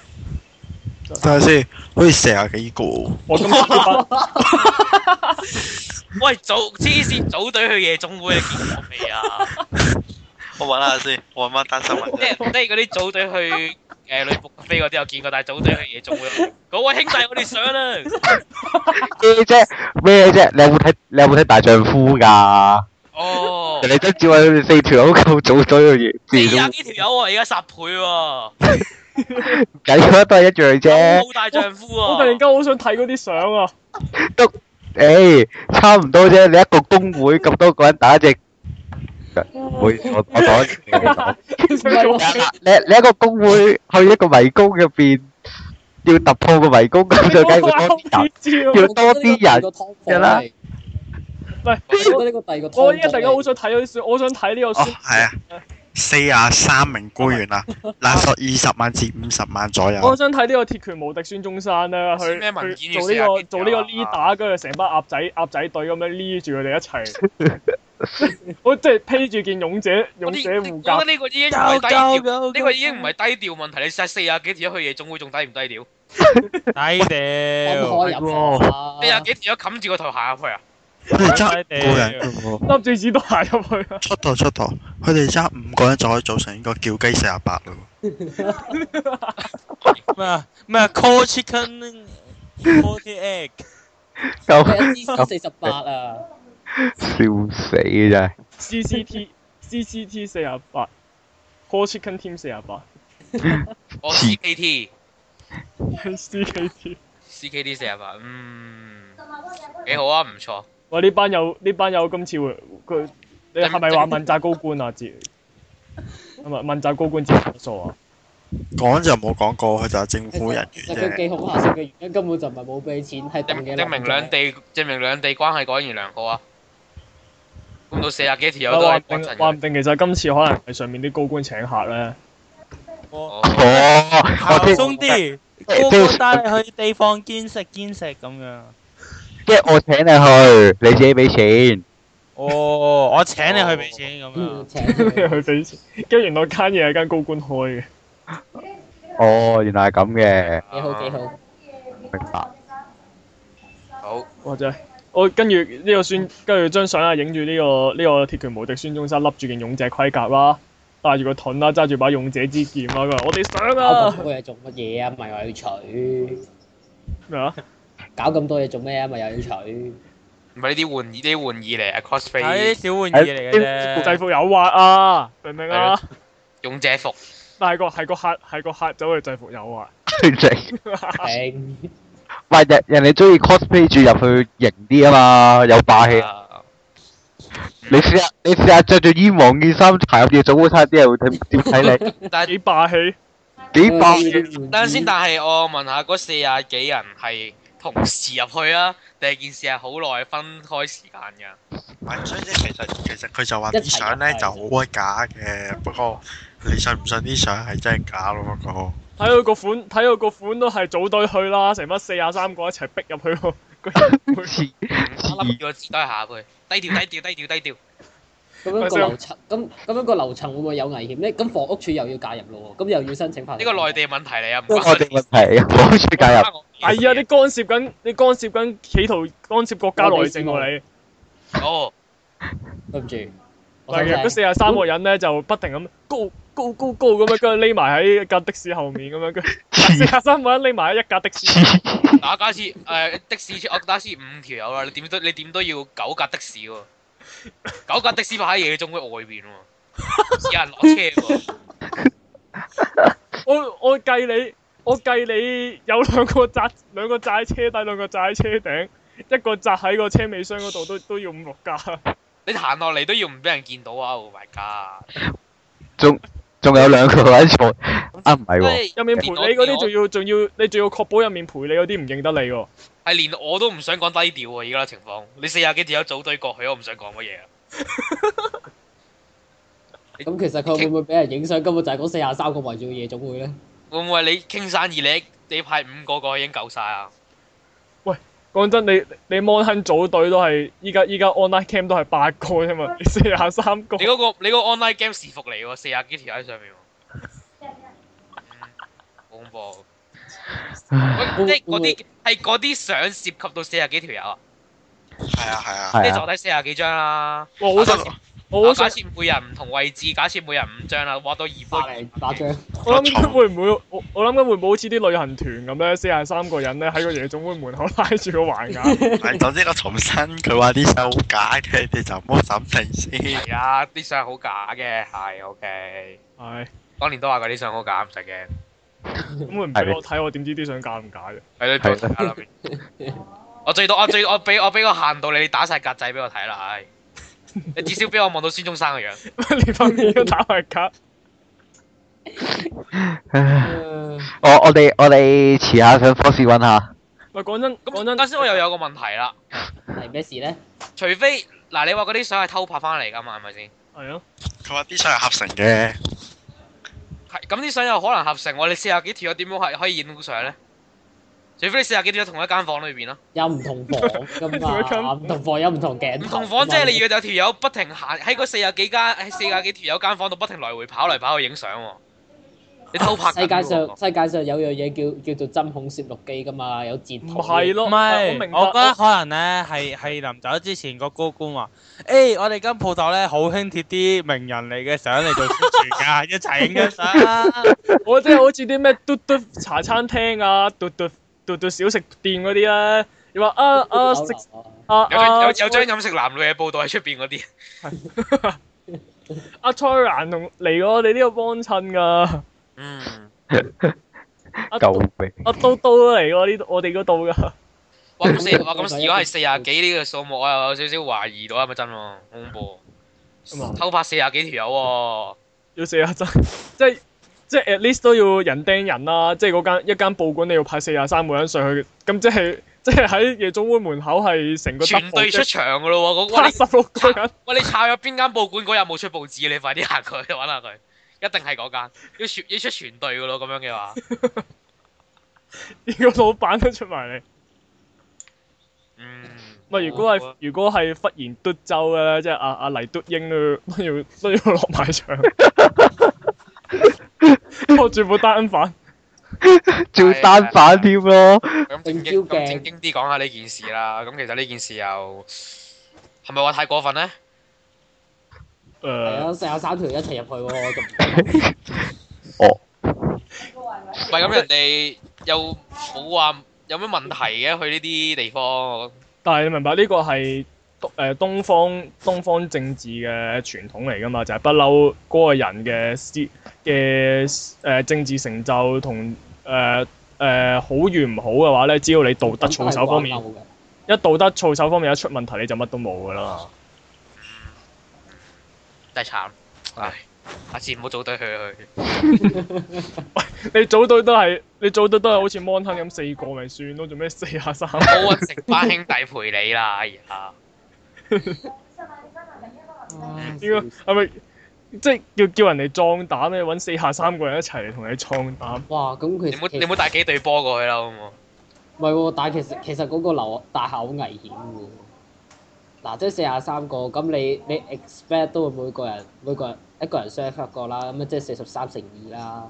Speaker 6: 睇下先，好似四廿幾個。
Speaker 1: 我今次呢班
Speaker 4: 喂早黐線組隊去夜總會你見過未啊？
Speaker 6: 我揾下先，我揾翻單新聞
Speaker 4: 即係即係嗰啲組隊去誒女仆飛嗰啲有見過，但係組隊去夜總會，嗰位兄弟我哋上啦，
Speaker 5: 咩啫？咩啫？你有冇睇？你有冇睇大丈夫㗎？
Speaker 4: 哦，
Speaker 5: 人哋曾志偉佢哋四條友夠早咗去
Speaker 4: 四
Speaker 5: 變，
Speaker 4: 廿幾條友喎，而家十倍喎，
Speaker 5: 唔緊要啊都係一樣啫。
Speaker 4: 冇大丈夫
Speaker 1: 我突然
Speaker 4: 喎，
Speaker 1: 間好想睇嗰啲相啊！
Speaker 5: 誒，差唔多啫。你一個工會咁多個人打一隻唔好意思，我我講一次你講。
Speaker 3: 唔係我哋
Speaker 5: 你你一個工會去一個迷宮入邊，要突破個迷宮咁就梗係會多啲人。
Speaker 1: 人
Speaker 5: 要多啲人
Speaker 3: 嘅
Speaker 5: 啦。
Speaker 1: 喂
Speaker 3: 我覺得呢個第二個劏房嚟，
Speaker 1: 我依家突然間好想睇嗰我好想睇呢個
Speaker 6: 哦，
Speaker 1: 書。
Speaker 6: 係啊，四廿三名官員啊，勒索二十萬至五十萬左
Speaker 1: 我好
Speaker 6: 右。
Speaker 1: 想睇呢個鐵拳無敵孫中山咧，佢
Speaker 4: 咩文件
Speaker 1: 佢
Speaker 4: 要
Speaker 1: 做呢
Speaker 4: 寫
Speaker 1: 個做
Speaker 4: 啊
Speaker 1: 呢個
Speaker 4: 邊
Speaker 1: leader，跟住成班鴨仔鴨仔隊咁樣孭住佢哋一齊，我即係披住件勇者勇者
Speaker 4: 呢
Speaker 1: 護
Speaker 4: 我
Speaker 1: 甲
Speaker 4: 覺得。呢個已經唔係低調，呢個已經唔係低調問題。你曬四廿幾條去夜總會仲低唔低調？
Speaker 3: 我唔可以入房啊
Speaker 4: 四廿幾條友冚住個頭行入去啊！
Speaker 6: 佢哋揸五個
Speaker 2: 啊
Speaker 6: 人㗎喎，
Speaker 1: 笠住紙袋入去啊！
Speaker 6: 出道出道，佢哋揸五個人就可以組成呢個叫雞四廿八嘞喎。
Speaker 2: 咩啊？咩啊？Call chicken, call the egg。
Speaker 5: 咁
Speaker 3: 佢一支四十八啊！
Speaker 5: 笑死真係。
Speaker 1: CCT CCT 四廿八，Call Chicken Team 四廿八
Speaker 4: 我 CKT
Speaker 1: ，CKT。
Speaker 4: CKT 四廿八，嗯，幾好啊，唔錯。
Speaker 1: 哇！呢班友呢班友今次會佢你係咪話問責高官啊？接係咪問責高官接數啊？
Speaker 6: 講就冇講過，佢就係政
Speaker 3: 其
Speaker 6: 府人員
Speaker 3: 實佢
Speaker 6: 啫。
Speaker 3: 寄恐嚇性嘅原因根本就唔係冇俾錢，係
Speaker 4: 證
Speaker 3: 定嘅
Speaker 4: 證明兩地證明兩地關係果然良好啊！咁到四廿幾條友都
Speaker 1: 話
Speaker 4: 係
Speaker 1: 唔定話
Speaker 4: 幫襯
Speaker 1: 唔定其實今次可能係上面啲高官請客 咧。
Speaker 4: 哦
Speaker 5: 哦，我知
Speaker 2: 松啲，
Speaker 5: 即係-
Speaker 2: 高高帶你去地方堅食堅食咁樣。哦，我請你去美國。
Speaker 5: 即係我請你去，你自己俾錢。
Speaker 3: 嗯，請
Speaker 1: 佢俾錢，跟住原來間嘢係間高官開嘅。
Speaker 5: 哦，原來係咁嘅，
Speaker 3: 幾
Speaker 4: 啊
Speaker 6: 啊
Speaker 3: 好幾好。
Speaker 5: 明白。
Speaker 4: 好，
Speaker 1: 哇！真係我跟住呢個孫，跟住張相啊，影住呢個呢、個鐵拳無敵孫中山，笠住件勇者盔甲啦，戴住個盾啦，揸住把勇者之劍啦。佢話：我哋想
Speaker 3: 搞
Speaker 1: 啊
Speaker 3: 咁！多嘢做乜嘢啊？咪話要取，
Speaker 1: 咩啊？
Speaker 3: 搞咁多嘢做咩啊？咪又要取。
Speaker 4: 唔係呢啲玩意，呢啲玩意嚟啊！cosplay
Speaker 2: 哦，睇啲小玩意嚟嘅啫。
Speaker 1: 制服誘惑啊！明唔明啊
Speaker 4: 係？勇者服，
Speaker 1: 但係個係個客係個客走去制服誘惑。
Speaker 5: 唔
Speaker 3: 頂
Speaker 5: 係人人哋中意 cosplay 住入去型啲啊嘛，有霸氣。
Speaker 4: 啊
Speaker 5: 你試下你試下着住煙黃件衫，行入夜總會睇下啲人會點點睇
Speaker 4: 但係
Speaker 1: 幾霸氣！
Speaker 5: 你，幾霸氣。
Speaker 4: 等陣先，但係我問下嗰四廿幾人係同時入去啊，定係件事係好耐分開時間㗎？
Speaker 6: 唔係，所以即係其實其實佢就話
Speaker 3: 一齊
Speaker 6: 啲相咧
Speaker 3: 入去
Speaker 6: 就好鬼假嘅，不過你信唔信啲相係真係假咯？不過
Speaker 1: 睇佢個款，睇佢個款都係組隊去啦，成班四廿三個一齊逼入去個 個人 會
Speaker 5: 黐
Speaker 4: 我笠住個紙袋下去，低調低調低調低調。
Speaker 3: 咁樣個樓層，咁咁樣個樓層會唔會有危險咧？咁房屋署又要介入咯喎，咁又要申請法律。
Speaker 4: 呢個內地問題嚟啊，唔關
Speaker 5: 我哋問題，好似介入。
Speaker 4: 入。
Speaker 1: 係啊！你干涉緊，你干涉緊，企圖干涉國家內政喎、你。
Speaker 4: 哦，
Speaker 3: 對唔住，我
Speaker 1: 但係其實嗰四廿三個人咧就不停咁高高高高咁樣，跟住匿埋喺架的士後面咁樣，跟住四廿三個人匿埋喺一架的士。
Speaker 4: 打假設誒的士，我打先五條友啦，你點都你點都要九架的士喎，九架的士擺喺夜總會外邊喎，有人 攞車喎，
Speaker 1: 我我計你，我計你有兩個扎兩個扎喺車底，兩個扎喺車頂，一個扎喺個車尾箱嗰度都都要五六架。
Speaker 4: 你行落嚟都要唔俾人見到啊！Oh my god！
Speaker 5: 仲仲有兩個位坐，啊唔係喎，
Speaker 1: 入面陪你嗰啲仲要仲要，你仲要確保入面陪你嗰啲唔認得你喎。
Speaker 4: 係連我都唔想講低調喎，而家嘅情況，你四廿幾條友組隊過去，我唔想講乜嘢啊！
Speaker 3: 咁其實佢會唔會俾人影相？根本就係嗰四廿三個圍住嘅夜總會咧。
Speaker 4: 會唔會你傾生意你你派五個過去已經夠晒啊？
Speaker 1: 講真，你你 mon 亨組隊都係依家依家 online cam 都係八個啫嘛，你四廿三個
Speaker 4: 你。嗰、個你嗰個 online game 視服嚟喎，四廿幾條喺上面喎，嗯好恐怖。嗰即係嗰啲係嗰啲相涉及到四廿幾條友啊，
Speaker 6: 係啊係啊。
Speaker 4: 即
Speaker 5: 係
Speaker 4: 係就
Speaker 5: 啊，
Speaker 4: 睇四廿幾張啦。
Speaker 1: 我好
Speaker 4: 假
Speaker 1: 想
Speaker 4: 設
Speaker 1: 我好想，
Speaker 4: 假設每人唔同位置，假設每人五張啦，畫到二
Speaker 3: 打
Speaker 4: 百
Speaker 3: 嚟打仗，
Speaker 1: 我諗緊會唔會我我諗緊會唔會好似啲旅行團咁咧，四廿三個人咧喺個夜總會門口 拉住個橫額，
Speaker 6: 係，總之我重申，佢話啲相好假嘅，你就唔好審定先。
Speaker 4: 係啊，啲相好假嘅，係 OK。
Speaker 1: 係
Speaker 4: 當年都話嗰啲相好假，唔使驚。
Speaker 1: 咁佢唔俾我睇，我點知啲相假唔假嘅？
Speaker 4: 係你再睇 下啦。我最多我最我俾我俾個限度你，你打晒格仔俾我睇啦，唉。你至少俾我望到孫中山嘅樣。
Speaker 1: 你份面都打埋卡，
Speaker 5: 我我哋我哋遲下上科士揾下，
Speaker 1: 喂講真講
Speaker 4: 咁
Speaker 1: 真，
Speaker 4: 啱先我又有個問題啦，
Speaker 3: 係咩事咧？
Speaker 4: 除非嗱你話嗰啲相係偷拍翻嚟㗎嘛，係咪先？
Speaker 1: 係啊，
Speaker 6: 佢話啲相係合成嘅，
Speaker 4: 係咁啲相有可能合成喎，你四廿幾條友點樣係可以影到相咧？除非你四廿幾條友同一間房裏邊咯，
Speaker 3: 有唔同房㗎
Speaker 1: 同一間
Speaker 3: 嘛，
Speaker 1: 房
Speaker 3: 唔同房有唔同鏡頭㗎
Speaker 4: 唔
Speaker 3: 嘛。
Speaker 4: 同房即係你要有條友不停行喺嗰四廿幾間喺四廿幾條友間房度不停來回跑嚟跑去影相喎，你偷拍緊
Speaker 3: 世界
Speaker 4: 喎
Speaker 3: 上世界上有樣嘢叫叫做針孔攝錄機㗎嘛，有截圖。
Speaker 1: 唔係咯，我
Speaker 2: 唔係
Speaker 1: 明，白
Speaker 2: 我覺得可能咧係係臨走之前個高官話：，誒、我哋間鋪頭咧好興貼啲名人嚟嘅相嚟做宣傳㗎， 一齊影張相啦。
Speaker 1: 我真係好似啲咩嘟嘟茶餐廳啊，嘟嘟嘟嘟小食店嗰啲咧，你話啊啊食啊
Speaker 4: 有張有
Speaker 1: 啊
Speaker 4: 有張飲食男女嘅報道喺出邊嗰啲，
Speaker 1: 阿蔡瀾同嚟我哋呢度幫襯㗎，
Speaker 4: 嗯，
Speaker 1: 阿刀
Speaker 5: 救命！
Speaker 1: 阿刀刀都嚟我呢度我哋嗰度㗎，
Speaker 4: 哇咁 四哇咁如果係四廿幾呢個數目，我又有少少懷疑到啊係咪真喎，好恐怖
Speaker 1: 咁啊
Speaker 4: 喎，偷拍四廿幾條友喎。
Speaker 1: 要四廿真，即係即係 at least 都要人盯人啦，即係嗰間一間報館你要派四廿三個人上去，咁即係即係喺夜總會門口係成個
Speaker 4: 全隊出場噶咯 喎，嗰
Speaker 1: 八
Speaker 4: 喂
Speaker 1: 十六個人
Speaker 4: 你。喂你抄咗邊間報館嗰日冇出報紙，你快啲行佢 揾下佢，一定係嗰間，要全要出全隊噶咯，咁樣嘅話，
Speaker 1: 連個老闆都出埋
Speaker 3: 哦
Speaker 1: 嚟。
Speaker 4: 嗯，
Speaker 1: 唔啊係，如果
Speaker 3: 啊
Speaker 1: 係如果係忽然嘟州嘅咧，即係阿阿黎嘟英都 都要都要落埋場， 拖住部單反。
Speaker 5: 照單反添咯，
Speaker 4: 咁正經咁正經啲講下呢件事啦，咁其實呢件事又係咪話太過 分咧？
Speaker 1: 誒、
Speaker 3: 係啊，四廿三條一齊入去喎，仲
Speaker 4: 唔係咁人哋又冇話有咩問題嘅，去呢啲地方，
Speaker 1: 但係你明白呢、個係東誒東方東方政治嘅傳統嚟㗎嘛，就係不嬲嗰個人嘅思嘅誒政治成就同誒誒好與唔好嘅話咧，只要你道德操守方面
Speaker 3: 都係掛鈎嘅
Speaker 1: 一道德操守方面一出問題，你就乜都冇㗎啦。
Speaker 4: 真係
Speaker 1: 啊
Speaker 4: 慘，唉，下次唔好組隊去去，
Speaker 1: 你組隊都係，你組隊都係好似 mon 亨咁四個咪算咯，做咩四下 三？
Speaker 4: 我揾成班兄弟陪你啦，哎呀，
Speaker 3: 唉
Speaker 1: 應該係咪即係要叫人哋壯膽咧？揾四下三個人一齊嚟同你壯膽。
Speaker 3: 哇，咁其
Speaker 4: 你 唔好
Speaker 3: 實其
Speaker 4: 你唔
Speaker 3: 實
Speaker 4: 好帶幾隊波過去啦，好唔好？
Speaker 3: 唔係喎，但係其實其實嗰個樓大廈好危險嘅喎。嗱，即係四廿三個，咁你你 expect 都會每個人每個人一個人 serve 一個啦，咁啊即係四十三乘二啦，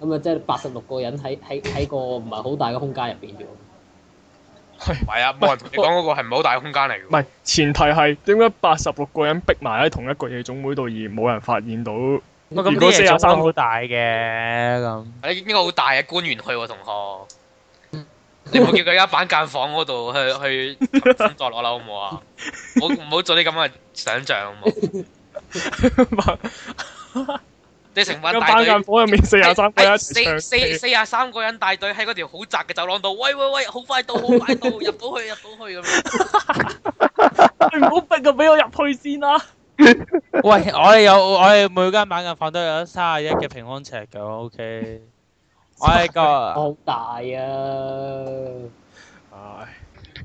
Speaker 3: 咁啊即係八十六個人喺喺喺個唔係好大嘅空間入邊啫喎。
Speaker 4: 唔係啊，冇人同你講嗰個係唔係好大空間
Speaker 1: 唔
Speaker 4: 嚟嘅喎。
Speaker 1: 係前提係點解八十六個人逼埋喺同一個夜總會度而冇人發現到？ 唔
Speaker 2: 唔係咁
Speaker 1: 如果
Speaker 2: 啲
Speaker 1: 四
Speaker 2: 嘢
Speaker 1: 廿
Speaker 2: 做
Speaker 1: 三
Speaker 2: 得好大嘅咁。
Speaker 4: 你應該好大嘅官員去喎，同學。
Speaker 1: 嗯
Speaker 4: 你唔好叫佢而家板間房嗰度去去工作落啦，好唔好啊？唔好唔好做啲咁嘅想像，好唔好？你成班
Speaker 1: 咁
Speaker 4: 大
Speaker 1: 班
Speaker 4: 隊哎
Speaker 1: 間。房入面四廿三個人一齊
Speaker 4: 四
Speaker 1: 唱
Speaker 4: 四四廿三個人大隊喺嗰條好窄嘅走廊度，喂喂喂，好快到，好快到，入到去，入到去咁樣。
Speaker 1: 你唔好逼佢俾我入去先啦。
Speaker 2: 喂，我哋有我哋每間板間房都有三十一嘅平方尺嘅，OK。我哋
Speaker 3: 我
Speaker 2: 個
Speaker 3: 好大啊！
Speaker 1: 唉，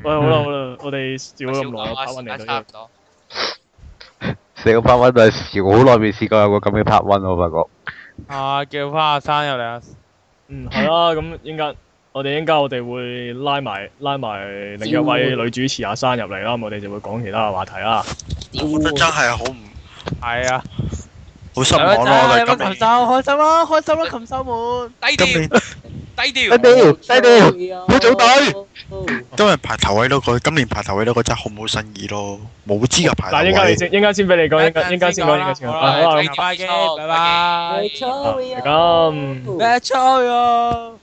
Speaker 1: 喂，好啦好啦，我哋少啊咗咁耐，我
Speaker 4: 少
Speaker 1: 拍
Speaker 4: 講
Speaker 1: 翻
Speaker 4: 啦，
Speaker 1: 嚟到
Speaker 4: 時間啊差
Speaker 1: 呢
Speaker 4: 唔
Speaker 1: 度
Speaker 4: 多。
Speaker 5: 成個 part one 都係少，好耐未試過有個咁嘅 part one 我發覺。
Speaker 2: 啊叫翻阿生入嚟啊，
Speaker 1: 嗯，係啦，咁應間我哋應間我哋會拉埋拉埋另一位女主持阿珊入嚟啦，咁我哋就會講其他嘅話題啦。
Speaker 3: 屌
Speaker 6: 我覺得真
Speaker 3: 喎，
Speaker 6: 係好唔
Speaker 2: 係啊，
Speaker 6: 好失望咯。我
Speaker 2: 有
Speaker 6: 哋
Speaker 2: 冇
Speaker 6: 今
Speaker 2: 禽
Speaker 6: 年
Speaker 2: 獸開心啊，開心啦禽獸們。
Speaker 4: 低
Speaker 6: 今年
Speaker 4: 調，低調。
Speaker 5: 低調低調
Speaker 3: 調
Speaker 5: 佢做
Speaker 3: 隊。
Speaker 6: 今日排頭位嗰個，今年排頭位嗰個真係好冇新意咯，冇資格排頭
Speaker 1: 嗱，應間你
Speaker 6: 位。
Speaker 1: 先，應間先俾你講，應間應間先講，應間先講。啊好啦，
Speaker 4: 咁
Speaker 2: 拜拜，拜拜。
Speaker 3: Let's go
Speaker 1: 咁。
Speaker 2: Let's go 哟。